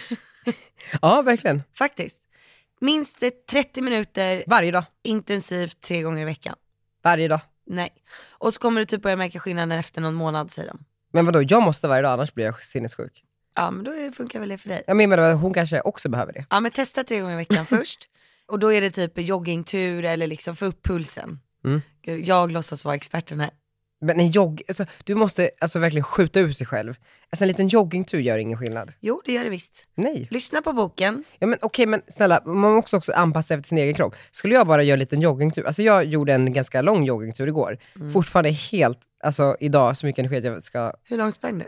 S1: Ja, verkligen.
S2: Faktiskt. Minst 30 minuter
S1: Varje dag.
S2: intensivt tre gånger i veckan.
S1: Varje dag.
S2: Nej. Och så kommer du typ börja märka skillnaden efter någon månad säger de.
S1: Men vadå, jag måste varje dag annars blir jag sinnessjuk.
S2: Ja men då funkar väl det för dig.
S1: Jag menar, hon kanske också behöver det.
S2: Ja men testa tre gånger i veckan först. Och då är det typ joggingtur eller liksom få upp pulsen.
S1: Mm.
S2: Gud, Jag låtsas vara experten här.
S1: Men en jogg, alltså, du måste alltså verkligen skjuta ut sig själv. Alltså en liten joggingtur gör ingen skillnad.
S2: Jo det gör det visst.
S1: Nej.
S2: Lyssna på boken.
S1: Ja, men okej, men snälla, man måste också anpassa sig efter sin egen kropp. Skulle jag bara göra en liten joggingtur, alltså jag gjorde en ganska lång joggingtur igår.
S2: Mm.
S1: Fortfarande helt, alltså idag, så mycket energi att jag ska,
S2: Hur långt sprang du?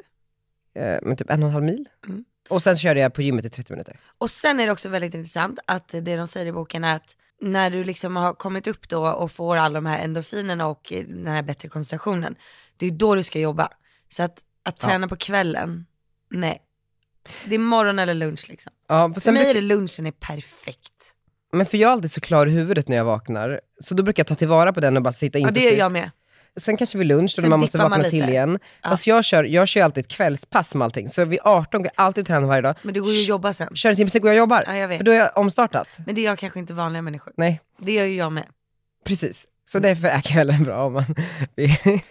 S1: eh, men typ en och en halv mil.
S2: Mm.
S1: Och sen körde jag på gymmet i 30 minuter.
S2: Och sen är det också väldigt intressant att det de säger i boken är att när du liksom har kommit upp då och får alla de här endorfinerna och eh, den här bättre koncentrationen, det är då du ska jobba. Så att, att
S1: Ja.
S2: träna på kvällen, nej. Det är morgon eller lunch liksom.
S1: Ja, för
S2: För
S1: sen
S2: mig är
S1: bruk-
S2: det lunchen är perfekt.
S1: men för jag är alltid så klar i huvudet när jag vaknar, så då brukar jag ta tillvara på den och bara sitta
S2: Ja, det gör
S1: intensivt.
S2: jag med.
S1: Sen kanske vid lunch, då
S2: Sen
S1: man måste
S2: dippar
S1: vakna
S2: man
S1: till
S2: lite.
S1: igen.
S2: Ja.
S1: Fast jag kör, jag kör ju alltid ett kvällspass med allting, så vid 18 går jag alltid och tränar varje dag.
S2: Men det går ju att jobba sen.
S1: Kör en timme, sen går jag och jobbar.
S2: Ja, jag vet.
S1: För då är jag omstartat.
S2: Men det gör kanske inte vanliga människor.
S1: Nej,
S2: Det gör ju jag med.
S1: precis. Så
S2: Mm.
S1: därför är kvällen bra om man...
S2: Vet